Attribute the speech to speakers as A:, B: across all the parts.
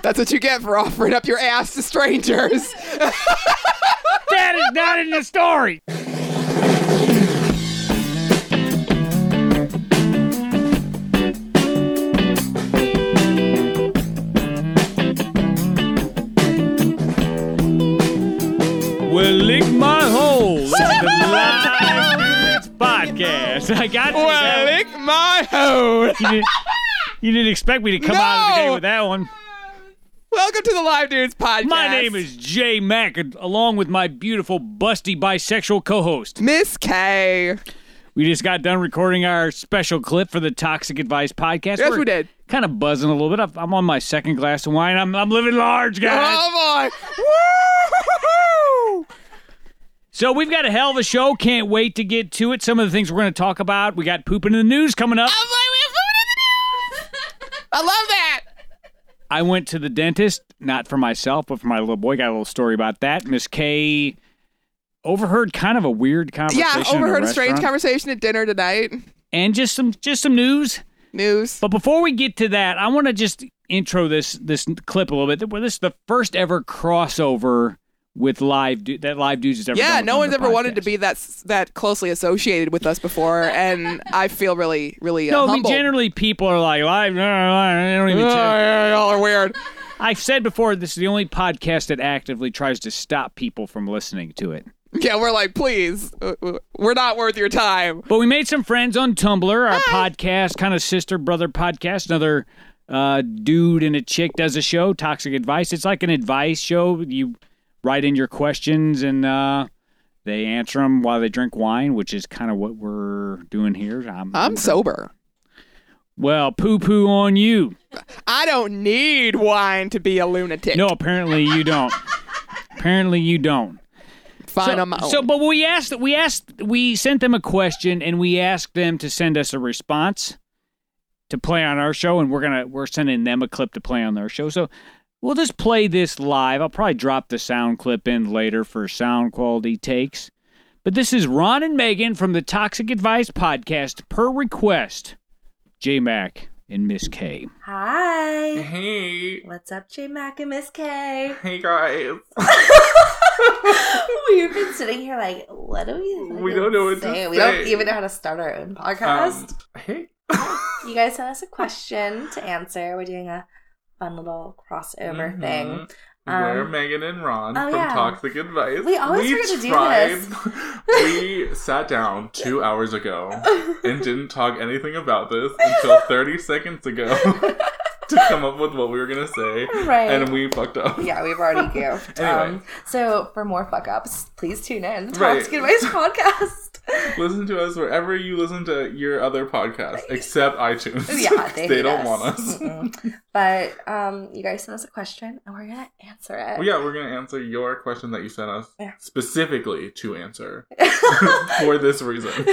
A: That's what you get for offering up your ass to strangers.
B: That is not in the story. Well, lick my hole. It's the live Blitz podcast. I got you.
A: well,
B: Zach.
A: lick my hole.
B: you, didn't, you didn't expect me to come out of the
A: No!
B: gate with that one.
A: Welcome to the Live Dudes podcast.
B: My name is Jay Mack, and along with my beautiful, busty, bisexual co-host.
A: Miss K.
B: We just got done recording our special clip for the Toxic Advice podcast.
A: Yes, we did.
B: Kind of buzzing a little bit. I've- I'm on my second glass of wine. I'm, I'm living large, guys.
A: Oh boy. Woo!
B: So we've got a hell of a show. Can't wait to get to it. Some of the things we're going to talk about. We got pooping in the news coming up.
A: I love that.
B: I went to the dentist, not for myself, but for my little boy. Got a little story about that. Miss K overheard kind of a weird conversation.
A: Yeah,
B: in
A: overheard a strange
B: restaurant.
A: conversation at dinner tonight.
B: And just some just some news.
A: News.
B: But before we get to that, I want to just intro this this clip a little bit. Well, This is the first ever crossover with live du- that live dudes has ever.
A: Yeah,
B: done
A: no
B: on
A: one's
B: the
A: ever wanted to
B: podcast.
A: be that s- that closely associated with us before, and I feel really, really uh,
B: No, I mean
A: humbled.
B: generally people are like live. blah, blah, blah," they don't even
A: Oh,
B: check.
A: yeah, y'all are weird.
B: I've said before this is the only podcast that actively tries to stop people from listening to it.
A: Yeah, we're like, please, uh, uh, we're not worth your time.
B: But we made some friends on Tumblr, our podcast, kind of sister brother podcast. Another uh, dude and a chick does a show, Toxic Advice. It's like an advice show. You write in your questions and uh, they answer them while they drink wine, which is kind of what we're doing here. I'm,
A: I'm sober.
B: well, poo poo on you.
A: I don't need wine to be a lunatic.
B: No, apparently you don't. apparently you don't.
A: fine on my own.
B: So, but we asked, we asked, we sent them a question, and we asked them to send us a response to play on our show, and we're gonna we're sending them a clip to play on their show. So, we'll just play this live. I'll probably drop the sound clip in later for sound quality takes. But this is Ron and Megan from the Toxic Advice podcast, per request, J Mac and Miss K.
C: Hi.
D: Hey,
C: What's up, J Mac and Miss K?
D: hey guys.
C: We've been sitting here like, what do we?
D: We don't know what to
C: We don't
D: say.
C: even know how to start our own
D: Um,
C: podcast.
D: hey.
C: you guys sent us a question to answer. We're doing a fun little crossover
D: Mhm.
C: thing.
D: We're
C: Um,
D: Megan and Ron
C: oh,
D: from
C: yeah.
D: Toxic Advice.
C: We always forget to do
D: we sat down two hours ago and didn't talk anything about this until 30 seconds ago to come up with what we were going to say.
C: Right.
D: And we fucked up.
C: Yeah, we've already goofed.
D: Anyway.
C: um, so for more fuck ups, please tune in. to
D: Right.
C: Toxic Advice podcast.
D: Listen to us wherever you listen to your other podcasts, except iTunes.
C: yeah, they, hate
D: don't
C: us.
D: want us.
C: Mm-mm. But um, you guys sent us a question, and we're gonna answer it.
D: Well, yeah, we're going to answer your question that you sent us
C: Yeah.
D: specifically to answer for this reason.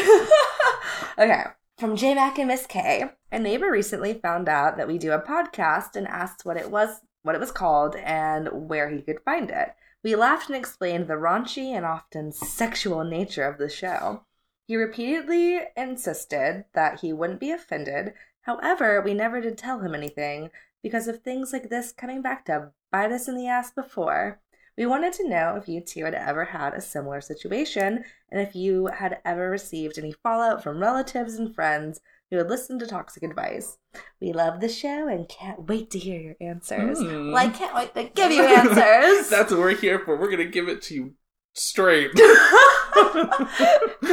C: okay. From J Mac and Miss K. A neighbor recently found out that we do a podcast and asked what it was what it was called and where he could find it. We laughed and explained the raunchy and often sexual nature of the show. He repeatedly insisted that he wouldn't be offended. However, we never did tell him anything because of things like this coming back to bite us in the ass before. We wanted to know if you two had ever had a similar situation and if you had ever received any fallout from relatives and friends who had listened to toxic advice. We love the show and can't wait to hear your answers.
D: Mm.
C: Well, I can't wait to give you answers.
D: That's what we're here for. We're gonna give it to you straight.
C: Just like that. Mm-hmm.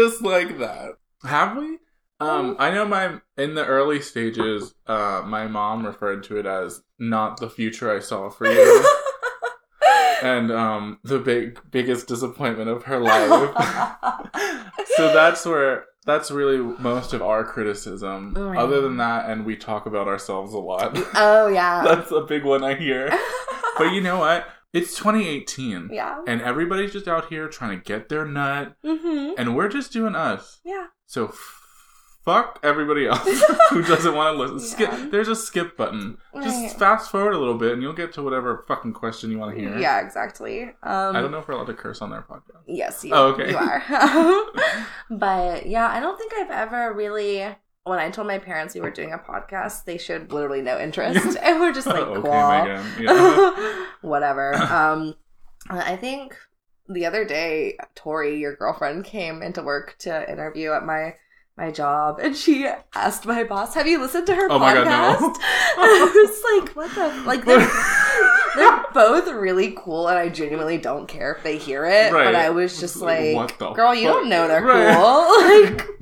D: Just like that. Have we? Um, I know my in the early stages, uh, my mom referred to it as not the future I saw for you. and um the big biggest disappointment of her life. so that's where that's really most of our criticism.
C: Mm.
D: Other than that, and we talk about ourselves a lot.
C: oh yeah.
D: that's a big one I hear. But you know what? It's 2018.
C: yeah.
D: And everybody's just out here trying to get their nut,
C: Mhm.
D: and we're just doing us.
C: Yeah.
D: So f- fuck everybody else who doesn't want to listen.
C: Yeah.
D: Skip. There's a skip button. Just
C: Right.
D: fast forward a little bit, and you'll get to whatever fucking question you want to hear.
C: Yeah, exactly. Um
D: I don't know if we're allowed to curse on their podcast.
C: Yes, you,
D: Oh, okay.
C: you are. but yeah, I don't think I've ever really when I told my parents we were doing a podcast, they showed literally no interest, and we're just like,
D: Oh, okay,
C: cool.
D: Megan. Yeah.
C: whatever. Um, I think the other day, Tori, your girlfriend, came into work to interview at my my job, and she asked my boss, "Have you listened to her podcast?"
D: Oh my God, no.
C: I was like, "What the like?" They're, they're both really cool, and I genuinely don't care if they hear it.
D: Right.
C: But I was just like,
D: What the
C: "Girl, you
D: fuck?"
C: don't know they're
D: Right.
C: cool." Like.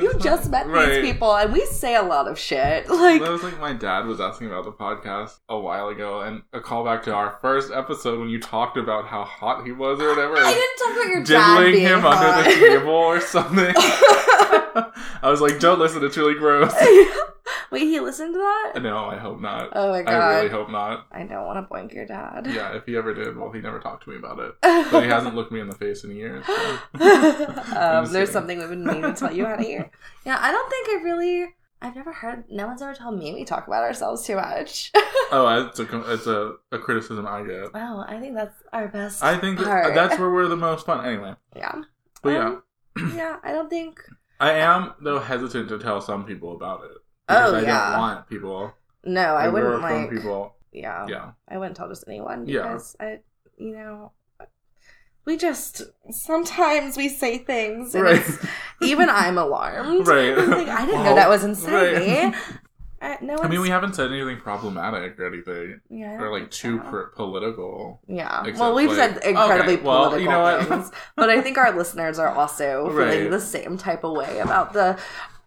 C: You
D: That's
C: just
D: fine.
C: met
D: Right.
C: these people, and we say a lot of shit. Like,
D: that was like my dad was asking about the podcast a while ago, and a callback to our first episode when you talked about how hot he was or whatever.
C: I
D: and
C: didn't talk about your dad
D: diddling
C: being
D: him
C: hot.
D: under the table or something. I was like, don't listen, it's really gross.
C: Wait, he listened to that?
D: No, I hope not.
C: Oh my god.
D: I
C: I,
D: really hope not.
C: don't want to boink your dad.
D: Yeah, if he ever did, well, he never talked to me about it. But he hasn't looked me in the face in years. so.
C: um, there's
D: just kidding.
C: something we've been meaning to tell you how to hear. Yeah, I don't think I really. I've never heard. No one's ever told me we talk about ourselves too much.
D: Oh, it's, a, com- it's a, a criticism I get.
C: wow, I think that's our best.
D: I think
C: part.
D: that's where we're the most fun. Anyway,
C: yeah.
D: but yeah.
C: Um, yeah, I don't think.
D: I am though hesitant to tell some people about it.
C: Oh,
D: Because I
C: yeah.
D: don't want people.
C: No, I
D: who
C: wouldn't
D: are from
C: like. Oh.
D: people.
C: Yeah,
D: Yeah,
C: I wouldn't tell just anyone
D: Yeah.
C: because I, you know, we just sometimes we say things and
D: Right.
C: it's even I'm alarmed.
D: Right.
C: I'm like, I didn't know
D: Well,
C: that was inside
D: right.
C: me. I, no
D: I mean, we
C: one's-
D: haven't said anything problematic or anything,
C: yeah, I
D: or
C: don't
D: like
C: think
D: too
C: so.
D: pro- political.
C: yeah.
D: except,
C: well, we've
D: like-
C: said incredibly
D: Okay, well,
C: political
D: you know what?
C: things, but I think our listeners are also feeling
D: Right.
C: the same type of way about the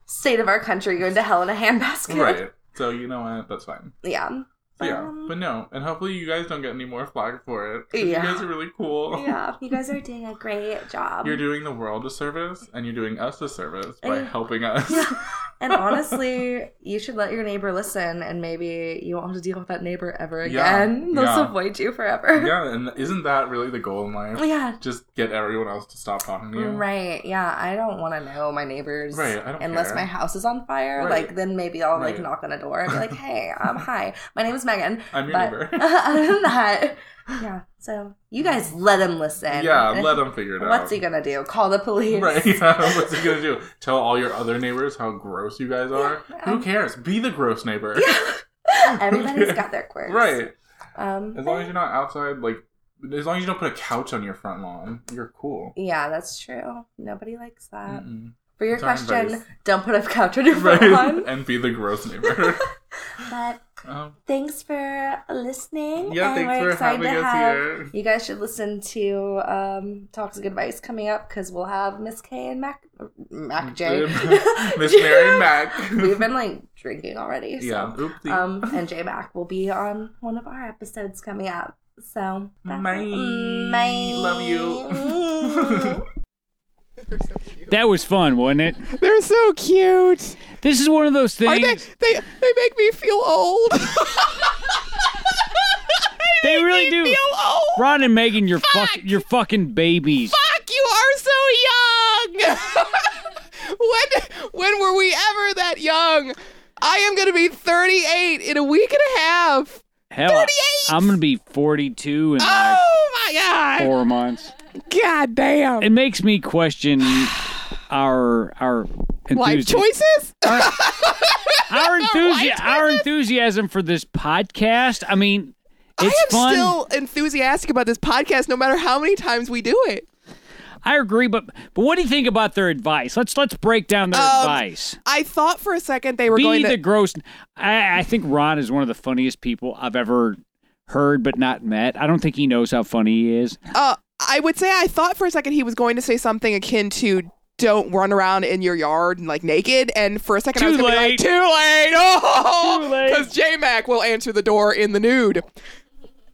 C: state of our country going to hell in a handbasket.
D: Right. So you know what? That's fine.
C: Yeah.
D: So, yeah,
C: Um,
D: but no, and hopefully you guys don't get any more flack for it. 'cause
C: Yeah.
D: You guys are really cool.
C: yeah. You guys are doing a great job.
D: You're doing the world a service, and you're doing us a service by
C: And-
D: helping us.
C: Yeah. And honestly, you should let your neighbor listen, and maybe you won't have to deal with that neighbor ever
D: Yeah,
C: again. They'll
D: yeah.
C: avoid you forever.
D: Yeah, and isn't that really the goal in life? Just get everyone else to stop talking to you.
C: Right. Yeah. I don't want to know my neighbors.
D: Right, I don't
C: unless
D: care.
C: my house is on fire.
D: Right.
C: Like, then maybe I'll, like,
D: Right.
C: knock on a door and be like, hey, um, hi. My name is Megan.
D: I'm your
C: But-
D: neighbor.
C: Other than that, yeah. So you guys let him listen.
D: yeah,
C: And
D: let
C: if-
D: them figure it out.
C: What's he going to do? Call the police.
D: Right. Yeah. What's he gonna do? Tell all your other neighbors how gross you guys are?
C: Yeah.
D: Who cares? Be the gross neighbor.
C: Everybody's got their quirks.
D: Right.
C: Um,
D: As long as you're not outside, like, as long as you don't put a couch on your front lawn, you're cool.
C: yeah, that's true. Nobody likes that.
D: Mm-mm.
C: For your
D: Sorry,
C: question,
D: buddies.
C: don't put a couch on your front
D: Right.
C: lawn.
D: and be the gross neighbor.
C: But
D: um,
C: thanks for listening.
D: yeah.
C: and
D: Thanks
C: we're
D: for
C: excited
D: having
C: to
D: us
C: have-
D: here.
C: You guys should listen to um, Toxic Advice coming up because we'll have Miss K and Mac Mac J.
D: Miss Mary Mac.
C: We've been like drinking already.
D: yeah.
C: So.
D: Oopsie.
C: Um, and J Mac will be on one of our episodes coming up. So that's-
D: Bye. Love you.
A: They're so cute.
B: That was fun, wasn't it?
A: They're so cute.
B: This is one of those
A: Are they,
B: things.
A: they they make me feel old.
B: They really do.
A: Feel old.
B: Ron and Megan, you're
A: Fuck.
B: fuck, you're fucking babies.
A: Fuck, you are so young. when when were we ever that young? I am going to be 38 in a week and a half.
B: Hell,
A: 38!
B: I'm gonna be 42 in like
A: Oh my god.
B: four months.
A: God damn.
B: It makes me question our our
A: Life
B: enthusi-
A: choices?
B: our
A: Life
B: enthusiasm our enthusiasm for this podcast. I mean, it's
A: I am
B: fun.
A: still enthusiastic about this podcast no matter how many times we do it.
B: I agree, but but what do you think about their advice? Let's let's break down their
A: Um,
B: advice.
A: I thought for a second they were
B: Be
A: going
B: the
A: to
B: gross. I, I think Ron is one of the funniest people I've ever heard, but not met. I don't think he knows how funny he is.
A: uh, I would say I thought for a second he was going to say something akin to don't run around in your yard and like naked. And for a second, I was
B: Too
A: gonna
B: late.
A: be like, too late.
B: Too
A: Oh,
B: late.
A: because J Mac will answer the door in the nude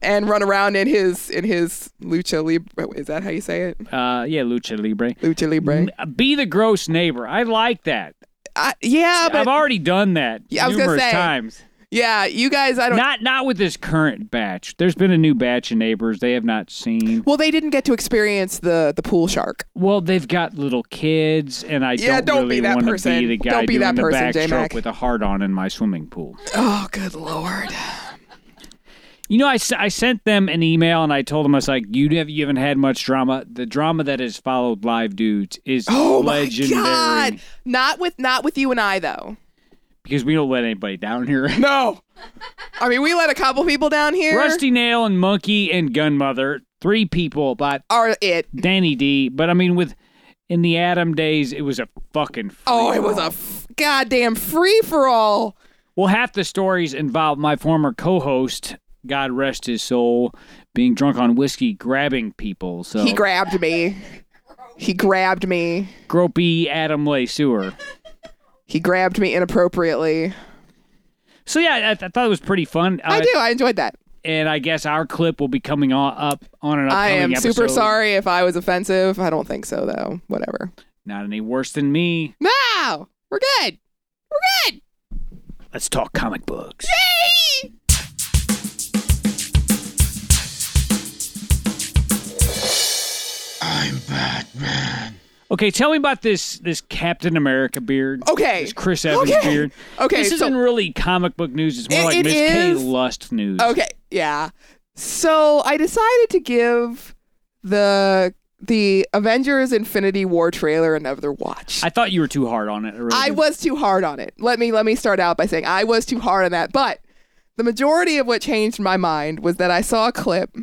A: and run around in his in his lucha libre. Is that how you say it?
B: Uh, yeah, lucha libre.
A: Lucha libre.
B: Be the gross neighbor. I like that.
A: I, yeah,
B: I've
A: but
B: already done that
A: Yeah, I was gonna
B: numerous
A: say,
B: times.
A: yeah, you guys, I don't.
B: Not not with this current batch. There's been a new batch of neighbors they have not seen.
A: well, they didn't get to experience the the pool shark.
B: Well, they've got little kids, and I
A: Yeah,
B: don't,
A: don't
B: really
A: be that
B: want to
A: person.
B: be the guy
A: Don't be
B: doing
A: that
B: the
A: person,
B: backstroke
A: J-Mac.
B: with a heart on in my swimming pool.
A: Oh, good lord.
B: You know, I, s- I sent them an email and I told them I was like, you have you haven't had much drama. The drama that has followed live dudes is
A: Oh
B: legendary
A: my god! Not with not with you and I though.
B: because we don't let anybody down here.
A: No. I mean, we let a couple people down here.
B: Rusty Nail and Monkey and Gunmother, three people, but
A: are it.
B: Danny D. But I mean, with in the Adam days, it was a fucking. Free
A: Oh, it was
B: for
A: a
B: all.
A: f- goddamn free for all.
B: Well, half the stories involved my former co-host, God rest his soul, being drunk on whiskey, grabbing people. So
A: He grabbed me. He grabbed me.
B: gropey Adam Lay Sewer.
A: He grabbed me inappropriately.
B: So yeah, I, I thought it was pretty fun.
A: I
B: Uh,
A: do. I enjoyed that.
B: and I guess our clip will be coming on, up on
A: I
B: an upcoming
A: am
B: episode.
A: super sorry if I was offensive. I don't think so though. Whatever.
B: Not any worse than me.
A: No, we're good. We're good.
B: Let's talk comic books.
A: Yay!
B: Okay, tell me about this this Captain America beard.
A: Okay.
B: This Chris Evans
A: Okay.
B: beard.
A: Okay,
B: This
A: so-
B: isn't really comic book news. It's more
A: It-
B: like
A: it
B: Miss K
A: is.
B: Lust news.
A: Okay, yeah. So I decided to give the the Avengers Infinity War trailer another watch.
B: I thought you were too hard on it. I, really
A: I
B: did.
A: was too hard on it. Let me let me start out by saying I was too hard on that. But the majority of what changed my mind was that I saw a clip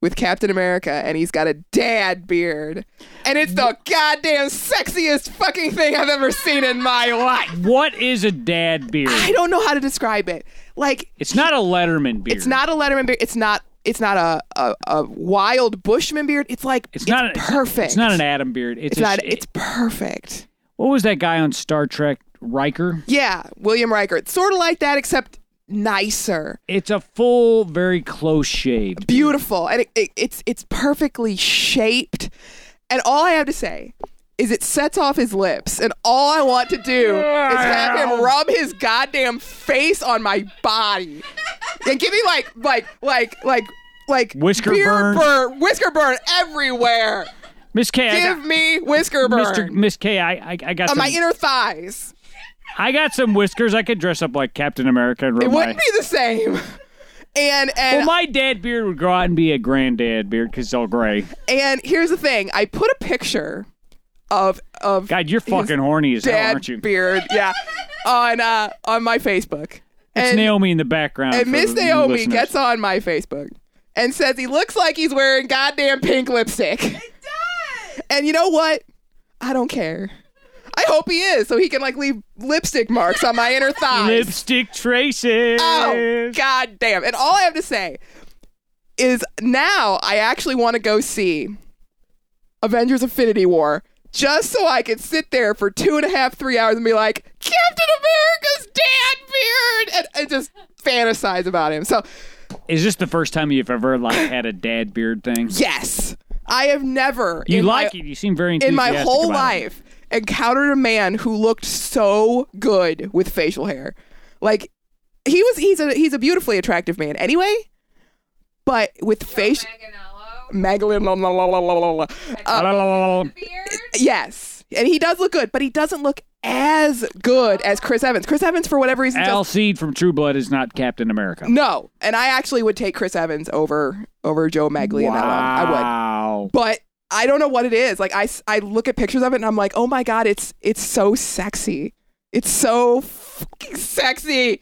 A: with Captain America and he's got a dad beard. And it's the goddamn sexiest fucking thing I've ever seen in my life.
B: What is a dad beard?
A: I don't know how to describe it. Like
B: It's not a Letterman beard.
A: it's not a Letterman beard. It's not it's not a, a, a wild Bushman beard. It's like
B: It's not a- it's-
A: perfect.
B: It's not an Adam beard. It's,
A: it's
B: a
A: not
B: sh-
A: it's perfect.
B: what was that guy on Star Trek? Riker.
A: Yeah, William Riker. It's sort of like that, except nicer,
B: It's a full, very close shaved.
A: beautiful, and it, it, it's it's perfectly shaped. And all I have to say is it sets off his lips, and all I want to do is have him rub his goddamn face on my body and give me like like like like like
B: Whisker
A: beer
B: burn.
A: burn, whisker burn everywhere.
B: Miss K, I
A: Give
B: got,
A: me whisker burn
B: Mr. Miss K, I, I, I got
A: on
B: some,
A: my inner thighs.
B: I got some whiskers. I could dress up like Captain America and
A: It
B: rub my.
A: wouldn't be the same. And and
B: well, my dad beard would grow out and be a granddad beard because it's all gray.
A: And here's the thing: I put a picture of of
B: God, you're
A: his
B: fucking horny as hell,
A: dad
B: aren't you?
A: beard, yeah, on uh, on my Facebook.
B: It's
A: And,
B: Naomi in the background.
A: and
B: for
A: Miss
B: the
A: Naomi
B: listeners.
A: gets on my Facebook and says he looks like he's wearing goddamn pink lipstick. It does. And you know what? I don't care. I hope he is, so he can like leave lipstick marks on my inner thighs.
B: lipstick traces.
A: Oh, god damn. And all I have to say is now I actually want to go see Avengers Affinity War just so I could sit there for two and a half, three hours and be like, Captain America's dad beard! And, and just fantasize about him. So,
B: Is this the first time you've ever like had a dad beard thing?
A: yes, I have never
B: You
A: in my-
B: like it? You seem very
A: in
B: enthusiastic
A: my whole
B: about it.
A: life encountered a man who looked so good with facial hair. Like he was he's a he's a beautifully attractive man anyway. But with facial Magdalene, la, la, la, la, la, la, la. Uh,
B: La, la, la, la.
A: yes. And he does look good, but he doesn't look as good as Chris Evans. Chris Evans for whatever reason
B: Al
A: just
B: Seed from True Blood is not Captain America.
A: no. And I actually would take Chris Evans over over Joe Maglianello. I would.
B: Wow.
A: but I don't know what it is. Like I, s- I look at pictures of it and I'm like, oh my god, it's it's so sexy. It's so fucking sexy.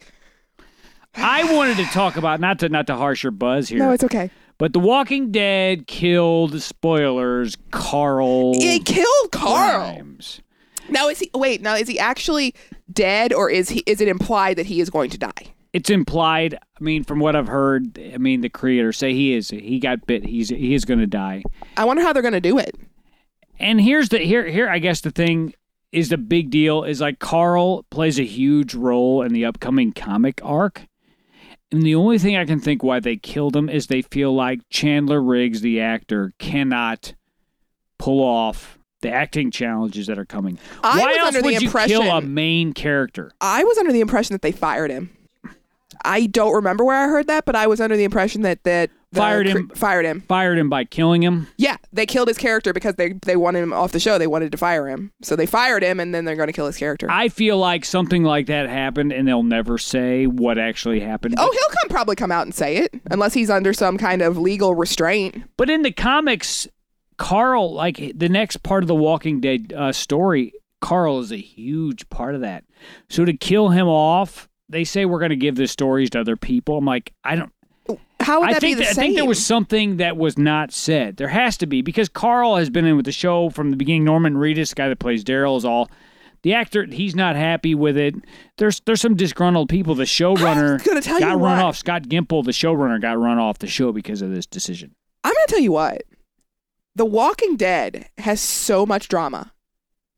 B: I wanted to talk about not to not to harsh your buzz here,
A: No, it's okay.
B: but The Walking Dead killed spoilers Carl.
A: It killed Carl.
B: Grimes.
A: Now is he? Wait, now is he actually dead, or is he? Is it implied that he is going to die?
B: It's implied. I mean, from what I've heard, I mean, the creators say he is. He got bit. He's he is going to die.
A: I wonder how they're going to do it.
B: And here's the here here I guess the thing is the big deal is like Carl plays a huge role in the upcoming comic arc. And the only thing I can think why they killed him is they feel like Chandler Riggs the actor cannot pull off the acting challenges that are coming.
A: I
B: why
A: was
B: else
A: under the
B: would you kill a
A: impression-
B: main character?
A: I was under the impression that they fired him. I don't remember where I heard that, but I was under the impression that that the
B: Fired
A: cr-
B: him.
A: Fired him.
B: Fired him by killing him.
A: Yeah, they killed his character because they they wanted him off the show. They wanted to fire him, so they fired him, and then they're going to kill his character.
B: I feel like something like that happened, and they'll never say what actually happened.
A: oh, he'll come probably come out and say it, unless he's under some kind of legal restraint.
B: But in the comics, Carl, like the next part of the Walking Dead uh, story, Carl is a huge part of that. So to kill him off, they say we're going to give the stories to other people. I'm like, I don't.
A: How would
B: I
A: that
B: think
A: be the
B: that- I
A: same?
B: think there was something that was not said. There has to be because Carl has been in with the show from the beginning. Norman Reedus, the guy that plays Daryl, is all the actor. He's not happy with it. There's there's some disgruntled people. The showrunner
A: gonna tell you
B: got run
A: what.
B: off. Scott Gimple, the showrunner, got run off the show because of this decision.
A: I'm going to tell you what. The Walking Dead has so much drama.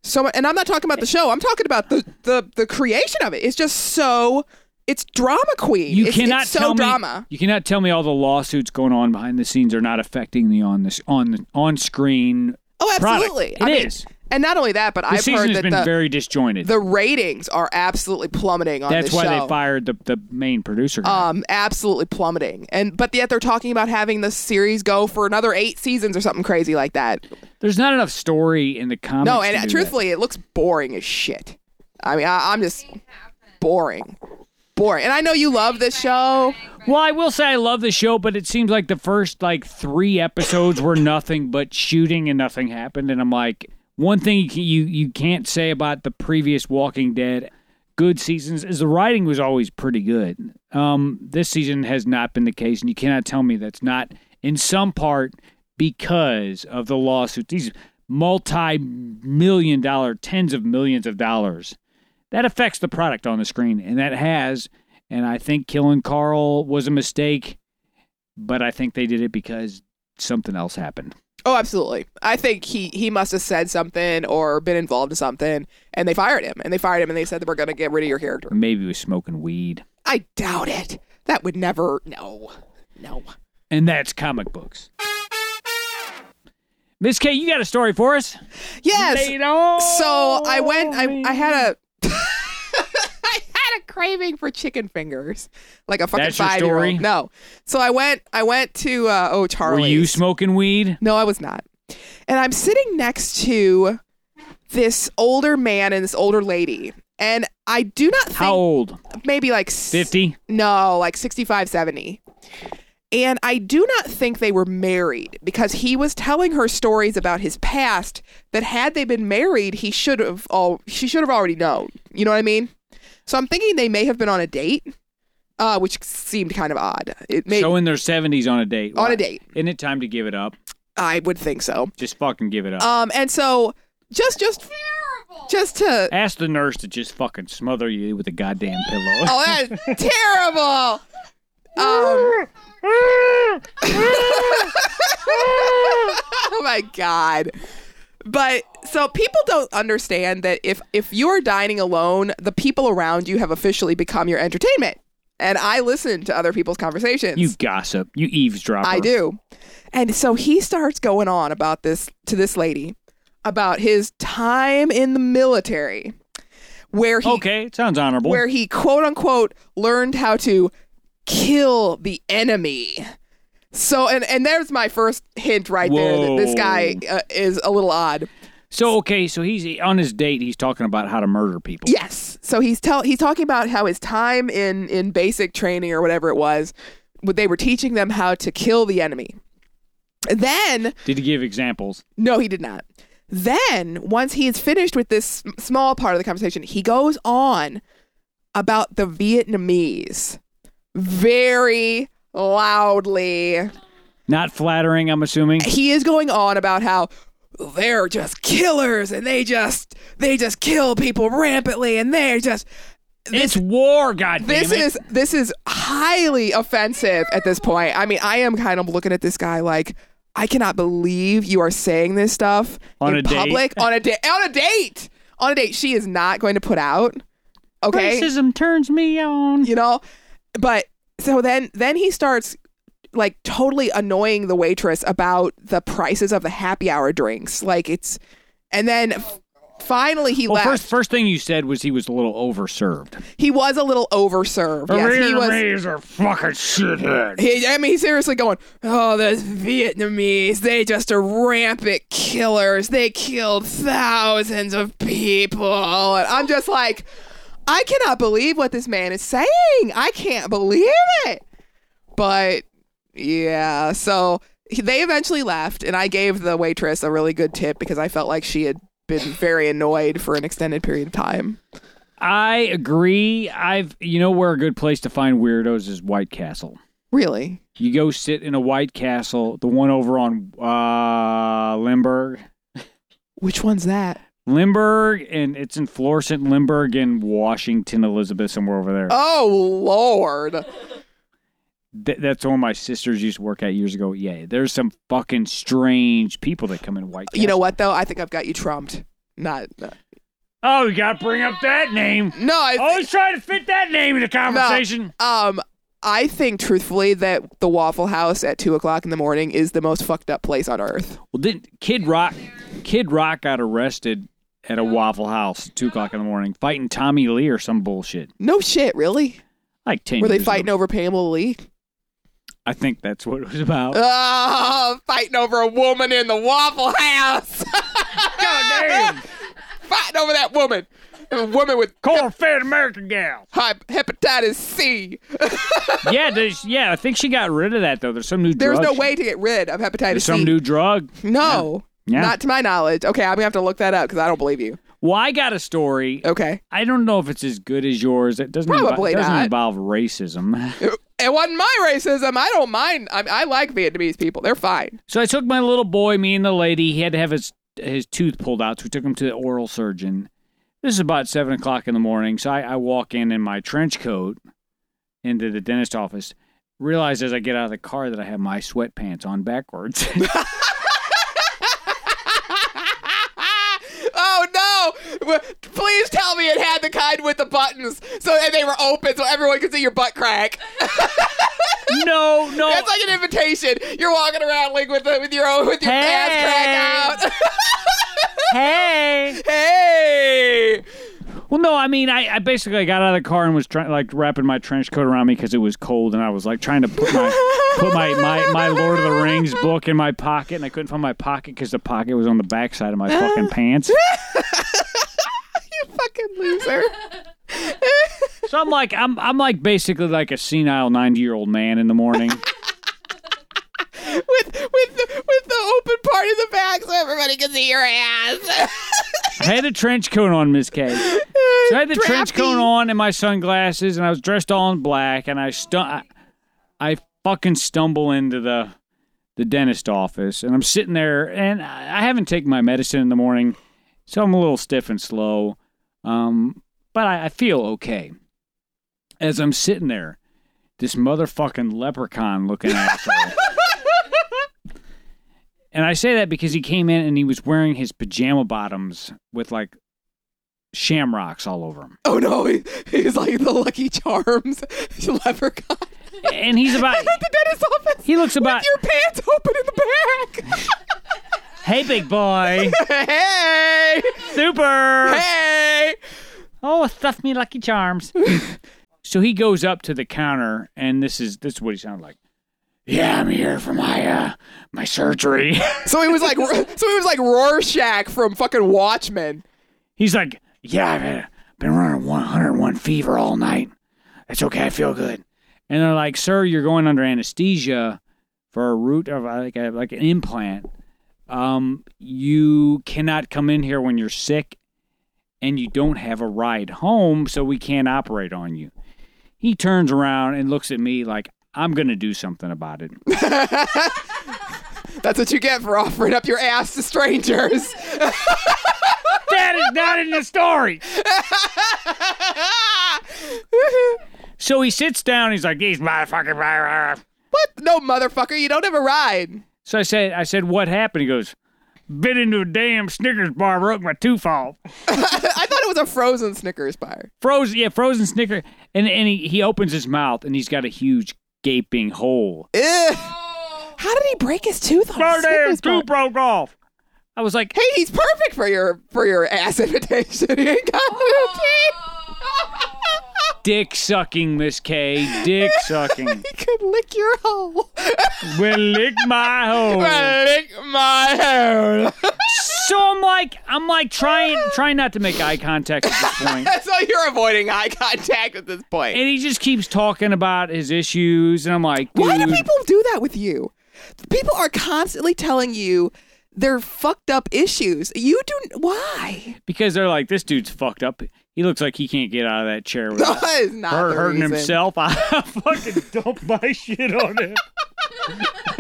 A: So much, and I'm not talking about the show. I'm talking about the the, the creation of it. It's just so it's drama queen.
B: You
A: it's,
B: cannot
A: it's so
B: tell
A: drama.
B: me. You cannot tell me all the lawsuits going on behind the scenes are not affecting the on this on the on screen.
A: Oh,
B: product.
A: absolutely.
B: It
A: I mean,
B: is.
A: And not only that, but
B: The
A: I've
B: season
A: heard
B: has
A: that
B: been
A: the,
B: very disjointed.
A: the ratings are absolutely plummeting on
B: That's
A: this
B: why
A: show.
B: they fired the the main producer. guy.
A: um absolutely plummeting. And but yet they're talking about having this series go for another 8 seasons or something crazy like that.
B: There's not enough story in the comics.
A: No,
B: to do
A: and uh,
B: that.
A: truthfully, it looks boring as shit. I mean, I, I'm just boring, boring. And I know you love this show.
B: Well, I will say I love the show, but it seems like the first like three episodes were nothing but shooting and nothing happened, and I'm like, one thing you ca- you you can't say about the previous Walking Dead good seasons is the writing was always pretty good. Um, this season has not been the case, and you cannot tell me that's not in some part because of the lawsuit. These multi-million dollar, tens of millions of dollars that affects the product on the screen, and that has. And I think killing Carl was a mistake, but I think they did it because something else happened.
A: Oh, absolutely. I think he he must have said something or been involved in something, and they fired him. And they fired him, and they said that we're going to get rid of your character.
B: Maybe he was smoking weed,
A: I doubt it. That would never. No, no.
B: and that's comic books. Miss K, you got a story for us?
A: Yes.
B: Lay it on
A: So I went. I
B: me.
A: I had a. I had a craving for chicken fingers, like a fucking
B: That's your
A: five year
B: story?
A: old. No, so I went. I went to uh, oh
B: Were
A: Charlie's.
B: you smoking weed?
A: No, I was not. And I'm sitting next to this older man and this older lady. And I do not think
B: How old?
A: maybe like s-
B: Fifty.
A: No, like 65, 70. And I do not think they were married because he was telling her stories about his past that had they been married, he should have all she should have already known. You know what I mean? So I'm thinking they may have been on a date, uh, which seemed kind of odd. It may
B: So in their seventies on a date.
A: on
B: Why-
A: a date.
B: Isn't it time to give it up?
A: I would think so.
B: Just fucking give it up.
A: Um, and so just just just to
B: Ask the nurse to just fucking smother you with a goddamn pillow.
A: oh that's terrible. Um, oh my god. But so people don't understand that if if you are dining alone, the people around you have officially become your entertainment. And I listen to other people's conversations.
B: You gossip. You eavesdropper.
A: I do. And so he starts going on about this to this lady about his time in the military where he
B: Okay, it sounds honorable.
A: where he quote unquote learned how to kill the enemy. So and and there's my first hint right there that this
B: Whoa.
A: guy uh, is a little odd.
B: so okay, so he's on his date. He's talking about how to murder people.
A: Yes. So he's tell he's talking about how his time in in basic training or whatever it was, what they were teaching them how to kill the enemy. Then
B: Did he give examples?
A: No, he did not. Then, once he is finished with this sm- small part of the conversation, he goes on about the Vietnamese very loudly.
B: Not flattering, I'm assuming.
A: He is going on about how they're just killers and they just they just kill people rampantly and they're just
B: it's war, goddamn
A: this
B: it.
A: is this is highly offensive at this point. I mean, I am kind of looking at this guy like I cannot believe you are saying this stuff
B: On
A: in
B: a date.
A: public on a date on a date on a date. She is not going to put out. Okay,
B: Racism turns me on.
A: you know, but so then then he starts like totally annoying the waitress about the prices of the happy hour drinks. Like it's and then. f- Finally, he
B: Well,
A: left.
B: first first thing you said was he was a little overserved.
A: he was a little overserved. Yes, he was.
B: Vietnamese are fucking shitheads.
A: He, I mean, he's seriously going, oh, those Vietnamese, they just are rampant killers. They killed thousands of people. And I'm just like, I cannot believe what this man is saying. I can't believe it. But yeah, so he- they eventually left, and I gave the waitress a really good tip because I felt like she had been very annoyed for an extended period of time.
B: I agree. I've you know where a good place to find weirdos is White Castle.
A: Really?
B: You go sit in a White Castle, the one over on uh, Limburg,
A: Which one's that?
B: Limburg, and it's in Florissant, Limburg, and Washington, Elizabeth, somewhere over there.
A: Oh, Lord.
B: Th- that's where my sisters used to work at years ago. Yeah, there's some fucking strange people that come in White. Castle.
A: You know what though? I think I've got you trumped. Not no.
B: Oh, you gotta bring up that name.
A: No, I
B: Always try to fit that name in the Oh, conversation.
A: um, I think truthfully that the Waffle House at two o'clock in the morning is the most fucked up place on earth.
B: Well, didn't Kid Rock? Kid Rock got arrested at a Waffle House at two o'clock in the morning, fighting Tommy Lee or some bullshit.
A: No shit, really?
B: Like ten.
A: Were they
B: years ago.
A: fighting over Pamela Lee?
B: I think that's what it was about.
A: Uh, Oh, fighting over a woman in the Waffle House.
B: God damn!
A: fighting over that woman. A woman with
B: Call a fat American gal.
A: hep- hepatitis C.
B: yeah, there's, yeah. I think she got rid of that though. There's some new.
A: There's
B: drug
A: no
B: she-
A: way to get rid of hepatitis
B: There's
A: C.
B: some new drug.
A: no.
B: Yeah.
A: Not to my knowledge. Okay, I'm gonna have to look that up because I don't believe you.
B: Well, I got a story.
A: Okay,
B: I don't know if it's as good as yours. It doesn't. invo-
A: Oh. Probably
B: it doesn't
A: not.
B: involve racism.
A: it wasn't my racism. I don't mind. I, I like Vietnamese people. They're fine.
B: So I took my little boy, me and the lady. He had to have his his tooth pulled out, so we took him to the oral surgeon. This is about seven o'clock in the morning. So I, I walk in in my trench coat into the dentist office. Realize as I get out of the car that I have my sweatpants on backwards.
A: oh no! Well, Please tell me it had the kind with the buttons, so and they were open, so everyone could see your butt crack.
B: no, no.
A: That's like an invitation. You're walking around like with the, with your own with your ass crack out.
B: hey.
A: hey!
B: Well, no, I mean, I, I basically got out of the car and was trying, like, wrapping my trench coat around me because it was cold, and I was like trying to put my put my, my, my Lord of the Rings book in my pocket, and I couldn't find my pocket because the pocket was on the backside of my fucking pants.
A: You fucking loser.
B: So I'm like, I'm I'm like basically like a senile ninety year old man in the morning.
A: with with the, with the open part of the back, so everybody can see your ass.
B: I had a trench coat on, Miss K. So I had the trench coat
A: Drafty.
B: on and my sunglasses, and I was dressed all in black, and I stu- I, I fucking stumble into the the dentist office, and I'm sitting there, and I I haven't taken my medicine in the morning, so I'm a little stiff and slow, um, but I, I feel okay. As I'm sitting there, this motherfucking leprechaun looking asshole. And I say that because he came in and he was wearing his pajama bottoms with like shamrocks all over him.
A: Oh no, he, he's like the Lucky Charms leprechaun.
B: And he's about
A: At the dentist's office.
B: he looks about
A: with your pants open in the
B: Hey big boy.
A: back. hey,
B: Super.
A: hey.
B: Oh, stuff me lucky charms. so he goes up to the counter and this is this is what he sounded like. Yeah, I'm here for my uh my surgery.
A: So he was like, so he was like Rorschach from fucking Watchmen.
B: He's like, "Yeah, I've had- been running 101 fever all night. It's okay, I feel good." And they're like, "Sir, you're going under anesthesia for a root of like a, like an implant. Um, you cannot come in here when you're sick, and you don't have a ride home, so we can't operate on you." He turns around and looks at me like, "I'm gonna do something about it."
A: That's what you get for offering up your ass to strangers.
B: that is not in the story. So he sits down. He's like, "These motherfucking." Rah, rah, rah.
A: what? No, motherfucker, you don't have a ride.
B: So I said, I said, what happened? He goes, bit into a damn Snickers bar, broke my tooth off.
A: I thought it was a frozen Snickers bar.
B: Frozen, yeah, frozen Snicker. And and he, he opens his mouth and he's got a huge gaping hole.
A: Ugh. How did he break his tooth on a
B: My damn
A: Snickers bar?
B: tooth broke off. I was like,
A: Hey, he's perfect for your for your ass invitation. He ain't got no teeth.
B: dick sucking, Miss K. Dick sucking.
A: he could lick your hole.
B: Will lick my hole.
A: lick my hole.
B: So I'm like, I'm like trying, trying not to make eye contact at this point.
A: so you're avoiding eye contact at this point.
B: And he just keeps talking about his issues, and I'm like, dude,
A: Why do people do that with you? People are constantly telling you their fucked up issues. You do why?
B: because they're like, this dude's fucked up. He looks like he can't get out of that chair without
A: That is not
B: her
A: the
B: hurting
A: reason.
B: himself. I fucking dump my shit on him.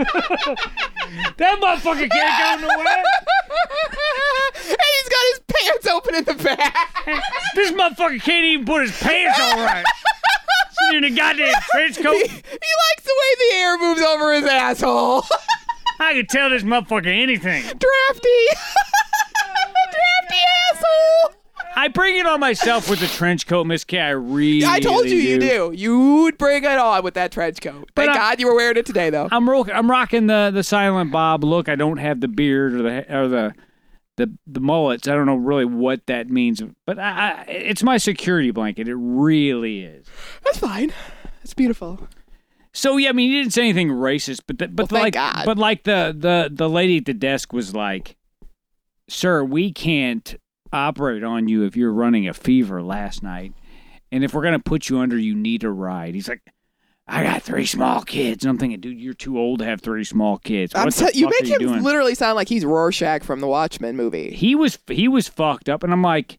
B: that motherfucker can't go nowhere.
A: and he's got his pants open in the back.
B: This motherfucker can't even put his pants on right. He's in a goddamn trench
A: he, he
B: coat.
A: likes the way the air moves over his asshole.
B: I could tell this motherfucker anything.
A: Drafty. Drafty asshole.
B: I bring it on myself with the trench coat, Miss K. I really,
A: I told you you
B: do.
A: do. You'd bring it on with that trench coat.
B: But
A: Thank
B: I'm-
A: God you were wearing it today, though.
B: I'm ro- I'm rocking the the silent bob look. I don't have the beard or the or the the the mullets. I don't know really what that means, but I, I it's my security blanket. It really is.
A: That's fine. That's beautiful.
B: So yeah, I mean, you didn't say anything racist, but the, but
A: Well,
B: like
A: thank God.
B: but like the the the lady at the desk was like, "Sir, we can't operate on you if you're running a fever last night, and if we're gonna put you under, you need a ride." He's like. I got three small kids, and I'm thinking, dude, you're too old to have three small kids.
A: I'm
B: What the
A: te- you
B: fuck
A: make
B: are you
A: him
B: doing?
A: literally sound like he's Rorschach from the Watchmen movie.
B: he was he was fucked up and i'm like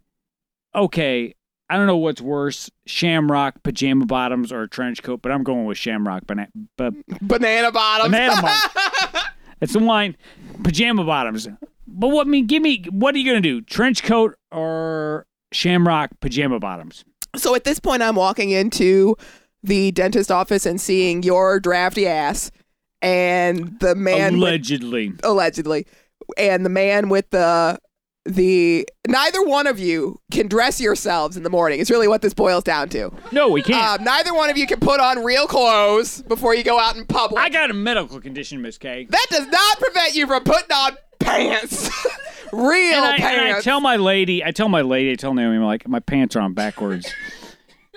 B: okay i don't know what's worse shamrock pajama bottoms or a trench coat but i'm going with shamrock but but
A: Banana bottoms.
B: Banana that's the line pajama bottoms but what I mean give me what are you gonna do trench coat or shamrock pajama bottoms
A: so at this point, I'm walking into the dentist office and seeing your drafty ass and the man with-
B: allegedly
A: allegedly and the man with the the neither one of you can dress yourselves in the morning. It's really what this boils down to.
B: no we can't
A: Um, neither one of you can put on real clothes before you go out in public.
B: i got a medical condition miss k
A: that does not prevent you from putting on pants, real
B: and I,
A: pants.
B: and I tell my lady, I tell my lady, I tell Naomi, I'm like, my pants are on backwards.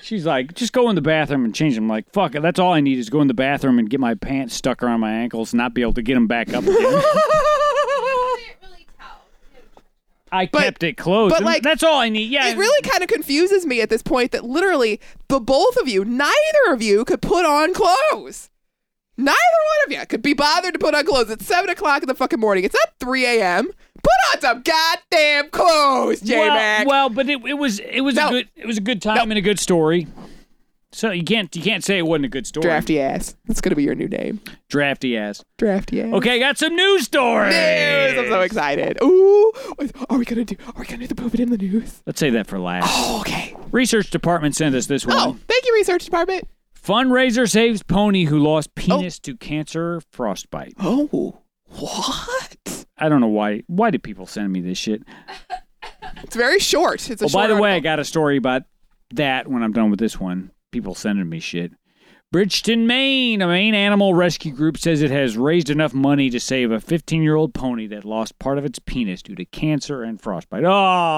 B: She's like, just go in the bathroom and change them. I'm like, fuck it, that's all I need is go in the bathroom and get my pants stuck around my ankles and not be able to get them back up again. I
A: But-
B: kept it closed.
A: but,
B: and
A: like,
B: that's all I need. Yeah,
A: it really kind of confuses me at this point that literally the both of you, neither of you could put on clothes. Neither one of you could be bothered to put on clothes. It's seven o'clock in the fucking morning. It's not three a.m. Put on some goddamn clothes, J
B: well,
A: Mac.
B: well, but it, it was it was
A: No.
B: a good it was a good time and a good story. So you can't you can't say it wasn't a good story.
A: Drafty ass. That's gonna be your new name.
B: Drafty ass.
A: Drafty ass.
B: Okay, I got some news stories.
A: News. I'm so excited. Ooh, are we gonna do? Are we gonna do the poop it in the news?
B: Let's save that for last.
A: Oh, okay.
B: Research department sent us this one.
A: Oh, thank you, research department.
B: Fundraiser saves pony who lost penis to cancer frostbite.
A: Oh, what?
B: I don't know why. Why do people send me this shit?
A: It's very short. It's a
B: Oh,
A: short
B: by the way, I
A: article.
B: got a story about that when I'm done with this one. People sending me shit. Bridgeton, Maine, a Maine animal rescue group says it has raised enough money to save a 15 year old pony that lost part of its penis due to cancer and frostbite.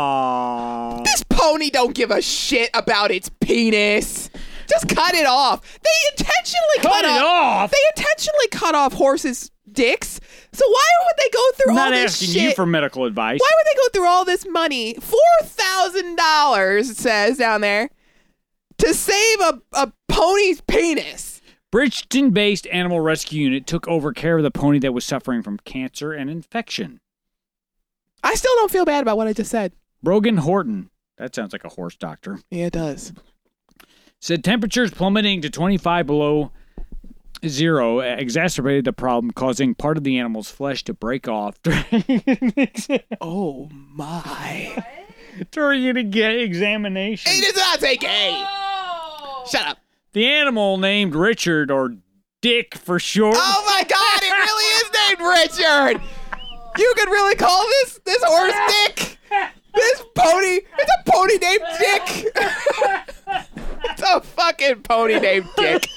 B: Oh,
A: This pony don't give a shit about its penis. Just cut it off. They intentionally cut,
B: cut it
A: off.
B: off!
A: They intentionally cut off horses' dicks. So why would they go through
B: I'm not
A: all this
B: asking
A: shit?
B: you for medical advice.
A: why would they go through all this money? Four thousand dollars it says down there to save a, a pony's penis.
B: Bridgeton based animal rescue unit took over care of the pony that was suffering from cancer and infection.
A: I still don't feel bad about what I just said.
B: Brogan Horton, that sounds like a horse doctor,
A: Yeah, it does.
B: said temperatures plummeting to 25 below zero exacerbated the problem, causing part of the animal's flesh to break off during an, exa-
A: Oh my!
B: during an exa- examination.
A: It does not take a. Shut up.
B: The animal named Richard, or Dick for short,
A: Oh my God! It really is named Richard. You could really call this this horse Dick. This pony. It's a pony named Dick. it's a fucking pony named Dick.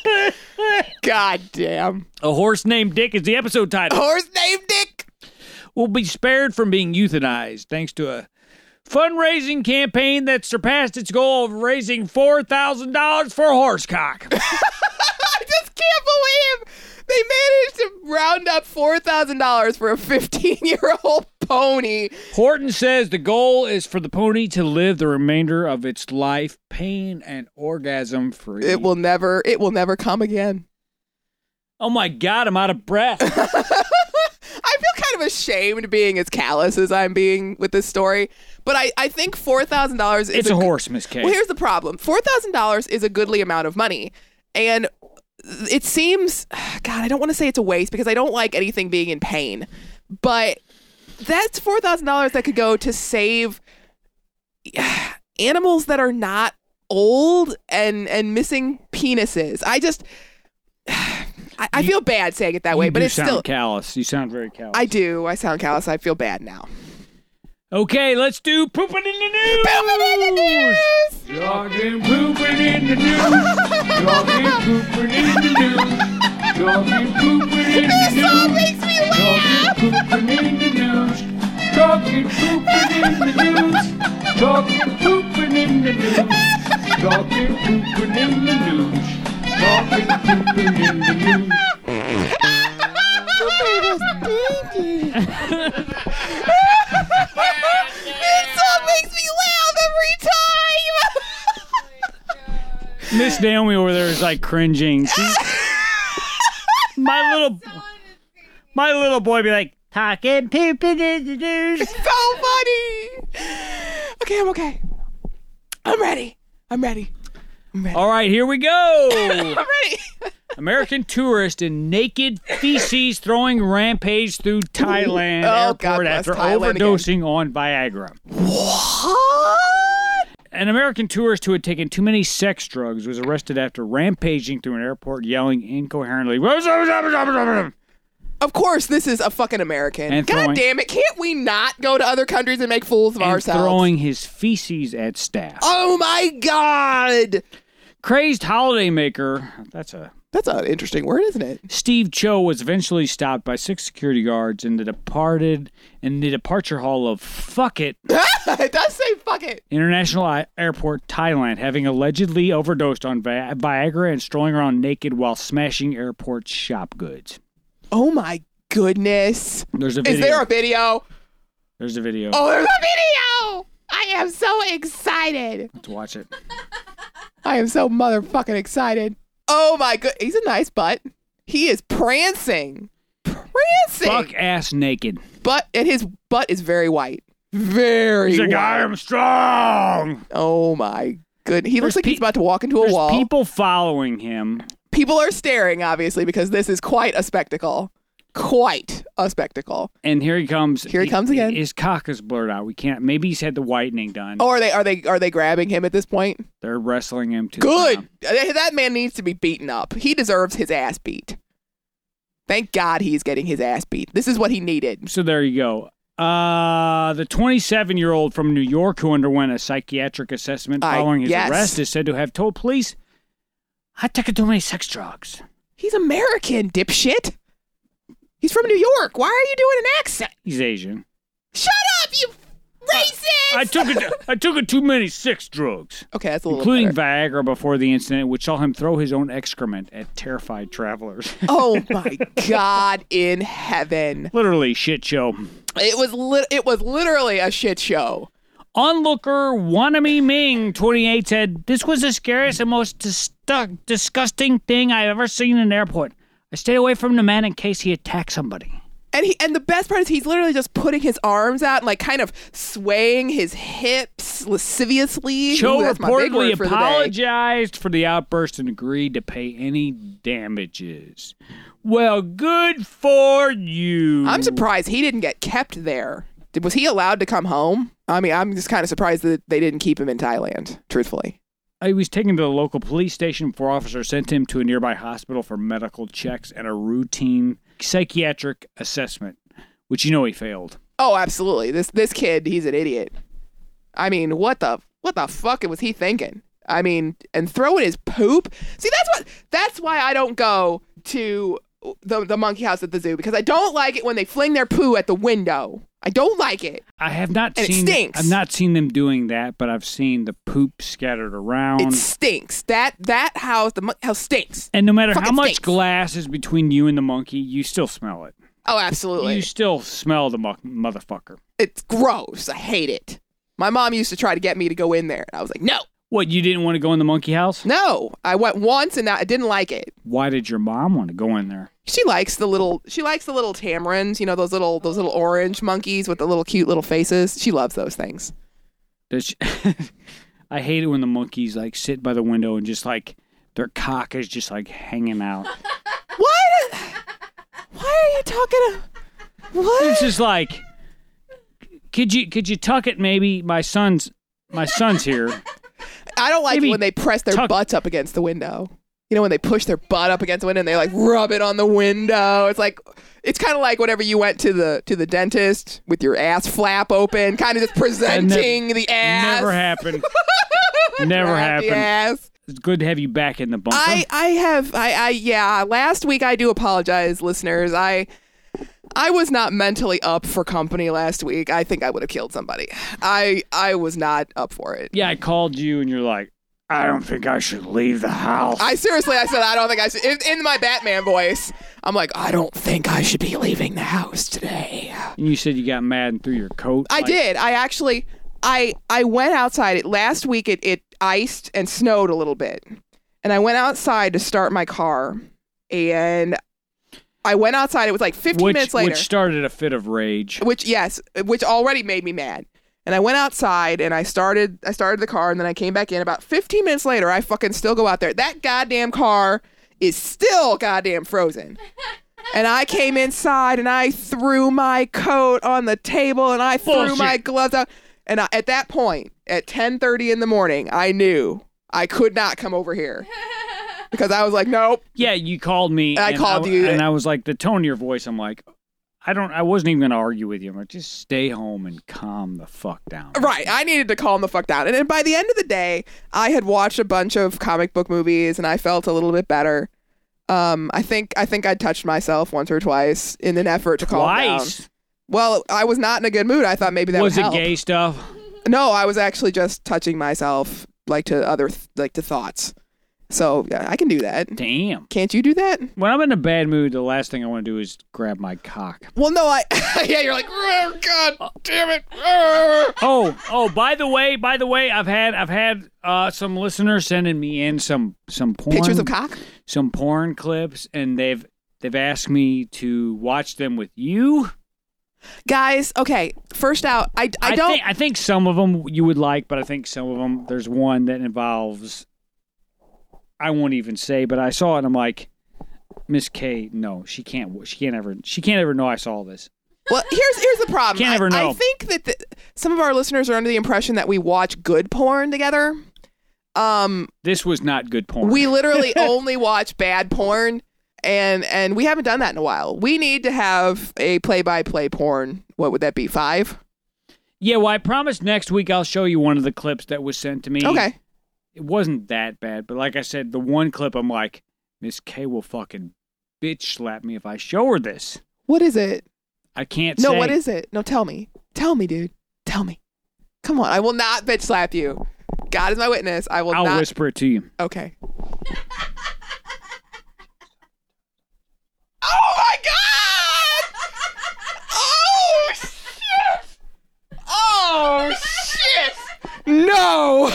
A: God damn.
B: a horse named Dick is the episode title.
A: Horse named Dick.
B: will be spared from being euthanized thanks to a fundraising campaign that surpassed its goal of raising $4,000 for horsecock.
A: I just can't believe they managed to round up four thousand dollars for a fifteen-year-old pony.
B: Horton says the goal is for the pony to live the remainder of its life pain and orgasm free.
A: It will never. It will never come again.
B: Oh my God, I'm out of breath.
A: I feel kind of ashamed being as callous as I'm being with this story, but I, I think four thousand dollars is
B: it's a
A: good-
B: horse, Miss Kay.
A: Well, here's the problem: four thousand dollars is a goodly amount of money, and it seems, God, I don't want to say it's a waste because I don't like anything being in pain, but that's four thousand dollars that could go to save animals that are not old and and missing penises. I just, I, I feel bad saying it that way,
B: You
A: but
B: do
A: it's
B: sound
A: still.
B: callous. You sound very callous.
A: I do. I sound callous. I feel bad now.
B: Okay, let's do pooping in the news.
A: Pooping in the news!
B: Y'all been pooping in the news. Y'all been pooping in the news. Y'all been pooping in
A: This song makes me laugh.
B: Pooping in the news. Talking pooping in the news. Talking pooping in the news. Talking pooping in the news. Talking pooping in the news.
A: This song makes me laugh every time.
B: Miss Naomi over there is like cringing. She, my little, my little boy be like talking pooping in the news.
A: so funny. Okay, I'm okay. I'm ready. I'm ready.
B: All right, here we go.
A: I'm ready.
B: American tourist in naked feces throwing rampage through Thailand
A: Oh, God
B: airport
A: bless
B: after
A: Thailand again.
B: overdosing on Viagra.
A: What?
B: An American tourist who had taken too many sex drugs was arrested after rampaging through an airport, yelling incoherently.
A: Of course, this is a fucking American.
B: And
A: God
B: throwing-
A: damn it. Can't we not go to other countries and make fools of
B: And
A: ourselves?
B: throwing his feces at staff.
A: oh my God.
B: Crazed holidaymaker, that's a
A: That's an interesting word, isn't it?
B: Steve Cho was eventually stopped by six security guards in the departed in the departure hall of Fuck It
A: it does say fuck it.
B: International I- Airport, Thailand, having allegedly overdosed on Vi- Viagra and strolling around naked while smashing airport shop goods.
A: Oh my goodness.
B: There's a
A: Is
B: video.
A: there a video?
B: There's a video.
A: Oh, there's a video! I am so excited.
B: Let's watch it.
A: I am so motherfucking excited. Oh my good. He's a nice butt. He is prancing. Prancing.
B: Fuck ass naked.
A: But, and his butt is very white. Very
B: He's like, I
A: white.
B: am strong.
A: Oh my good. He looks like
B: There's pe-
A: he's about to walk into a
B: There's
A: wall.
B: people following him.
A: people are staring, obviously, because this is quite a spectacle. Quite a spectacle.
B: And here he comes.
A: Here he comes again.
B: His cock is blurred out. We can't. Maybe he's had the whitening done.
A: Oh, are they are they are they grabbing him at this point?
B: They're wrestling him to the
A: Good.
B: ground.
A: That that man needs to be beaten up. He deserves his ass beat. Thank God he's getting his ass beat. This is what he needed.
B: So there you go. Uh, the 27 year old from New York who underwent a psychiatric assessment
A: I-
B: following his
A: yes.
B: arrest is said to have told police, I took too many sex drugs.
A: He's American, dipshit. He's from New York. Why are you doing an accent?
B: He's Asian.
A: Shut up, you racist!
B: I took it, I took it too many sex drugs,
A: okay, that's a little
B: including
A: better.
B: Viagra before the incident, which saw him throw his own excrement at terrified travelers.
A: Oh my God in heaven!
B: Literally, shit show.
A: It was lit. It was literally a shit show.
B: Onlooker Wanami Ming, 28, said, This was the scariest and most dis- disgusting thing I've ever seen in an airport. I stay away from the man in case he attacks somebody.
A: And he and the best part is he's literally just putting his arms out and like kind of swaying his hips lasciviously.
B: Cho
A: Ooh, that's my big
B: reportedly
A: word for the day.
B: apologized for the outburst and agreed to pay any damages. Well, good for you.
A: I'm surprised he didn't get kept there. Did- Was he allowed to come home? I mean, I'm just kind of surprised that they didn't keep him in Thailand, truthfully.
B: He was taken to the local police station before officers sent him to a nearby hospital for medical checks and a routine psychiatric assessment, which you know he failed.
A: Oh, absolutely. This this kid, he's an idiot. I mean, what the what the fuck was he thinking? I mean, and throwing his poop. See, that's what that's why I don't go to the, the monkey house at the zoo because I don't like it when they fling their poo at the window. I don't like it.
B: I have not
A: And it
B: seen.
A: stinks.
B: I've not seen them doing that, but I've seen the poop scattered around.
A: It stinks. That that house, the monkey house stinks.
B: and no matter how
A: fucking
B: much
A: stinks.
B: glass is between you and the monkey, you still smell it.
A: Oh, absolutely.
B: You still smell the mo- motherfucker.
A: it's gross. I hate it. My mom used to try to get me to go in there. I was like, no,
B: What you didn't want to go in the monkey house?
A: no. I went once and I didn't like it.
B: Why did your mom want to go in there?
A: She likes the little. She likes the little tamarins. You know those little those little orange monkeys with the little cute little faces. She loves those things.
B: Does she- I hate it when the monkeys like sit by the window and just like their cock is just like hanging out.
A: What? Why are you talking? To,
B: It's
A: what?
B: just like, could you could you tuck it? Maybe my son's my son's here.
A: I don't like it
B: Maybe
A: when they press their
B: tuck-
A: butts up against the window. You know when they push their butt up against the window and they like rub it on the window. It's like it's kind of like whenever you went to the to the dentist with your ass flap open, kind of just presenting the ass.
B: Never happened. Never
A: Grab the
B: happened.
A: ass.
B: It's good to have you back in the bunker.
A: I I have I I yeah. Last week I do apologize, listeners. I I was not mentally up for company last week. I think I would have killed somebody. I I was not up for it.
B: yeah, I called you and you're like, I don't think I should leave the house.
A: I seriously, I said I don't think I should. In, in my Batman voice, I'm like, I don't think I should be leaving the house today.
B: and you said you got mad and threw your coat.
A: I
B: Like,
A: did. I actually, I I went outside. It last week. It it iced and snowed a little bit, and I went outside to start my car, and I went outside. It was like 15
B: Which,
A: minutes later,
B: which started a fit of rage.
A: which yes, which already made me mad. And I went outside and I started I started the car and then I came back in about 15 minutes later. I fucking still go out there. That goddamn car is still goddamn frozen. And I came inside and I threw my coat on the table and I threw
B: Bullshit.
A: my gloves out. And I, at that point, at 10:30 in the morning, I knew I could not come over here. Because I was like, nope,
B: Yeah, you called me.
A: I
B: and
A: called you.
B: and I was like, the tone of your voice. I'm like, I don't. I wasn't even gonna argue with you. I'm like, just stay home and calm the fuck down.
A: Right. I needed to calm the fuck down. And, and by the end of the day, I had watched a bunch of comic book movies and I felt a little bit better. Um, I think I think I touched myself once or twice in an effort to calm down.
B: Twice
A: Well, I was not in a good mood. I thought maybe that
B: was
A: would
B: it
A: help.
B: gay stuff.
A: No, I was actually just touching myself like to other th- like to thoughts. So yeah, I can do that.
B: Damn.
A: Can't you do that?
B: When I'm in a bad mood, the last thing I want to do is grab my cock.
A: Well, no, I. yeah, you're like, oh god, damn it. Oh."
B: Oh, oh! By the way, by the way, I've had I've had uh, some listeners sending me in some some porn
A: Pictures of cock.
B: some porn clips, and they've they've asked me to watch them with you.
A: Guys, okay. First out, I, I don't.
B: think, I think some of them you would like, but I think some of them there's one that involves. I won't even say, but I saw it. and I'm like, Miss K, no, she can't. She can't ever. She can't ever know I saw this.
A: Well, here's here's the problem.
B: Can't
A: I,
B: ever know.
A: I think that the, some of our listeners are under the impression that we watch good porn together. Um,
B: This was not good porn.
A: we literally only watch bad porn, and and we haven't done that in a while. We need to have a play by play porn. What would that be? Five?
B: yeah, well, I promise next week I'll show you one of the clips that was sent to me.
A: Okay.
B: it wasn't that bad, but like I said, the one clip I'm like, Miss K will fucking bitch slap me if I show her this.
A: What is it?
B: I can't
A: No,
B: say.
A: what is it? No, tell me. Tell me, dude. Tell me. Come on. I will not bitch slap you. God is my witness. I will
B: I'll
A: not.
B: whisper it to you.
A: Okay. oh my god! Oh shit! Oh shit! No!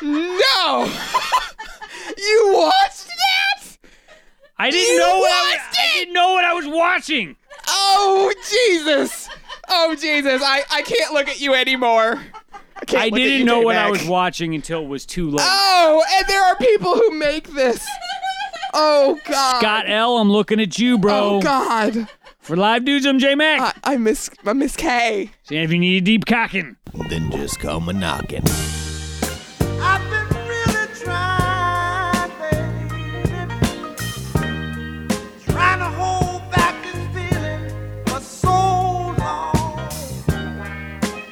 A: no! you watched that?
B: I didn't
A: You
B: know what I, was,
A: watched
B: I didn't know what I was watching.
A: Oh Jesus! Oh Jesus! I, I can't look at you anymore. I, can't
B: I
A: look at
B: didn't
A: you,
B: know what I
A: J-Mac.
B: was watching until it was too late.
A: Oh, and there are people who make this. Oh God.
B: Scott L, I'm looking at you, bro.
A: Oh God. Uh,
B: For live dudes, I'm J Mac.
A: I, I miss I miss K.
B: See if you need a deep cocking.
E: Then just come a knocking.
F: I've been really trying, baby. Trying to hold back this feeling for so long.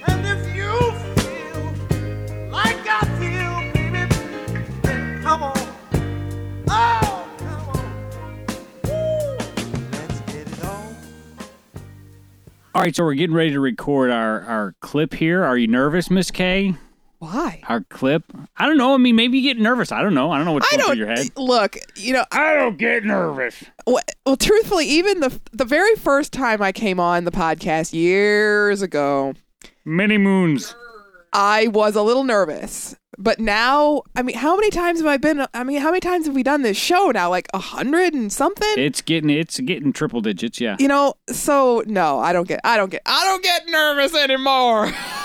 F: And if you feel like I feel, baby, then come on. Oh, come on. Ooh.
B: All right, so we're getting ready to record our, our clip here. Are you nervous, Miss K?
A: Why?
B: Our clip? I don't know. I mean, maybe you get nervous. I don't know. I don't know what's
A: I don't
B: going through your head.
A: look. You know,
B: I don't get nervous.
A: Well, well, truthfully, even the the very first time I came on the podcast years ago,
B: Many moons.
A: I was a little nervous. But now, I mean, how many times have I been? I mean, how many times have we done this show now? Like a hundred and something.
B: It's getting it's getting triple digits. Yeah.
A: you know, so no, I don't get, I don't get, I don't get nervous anymore.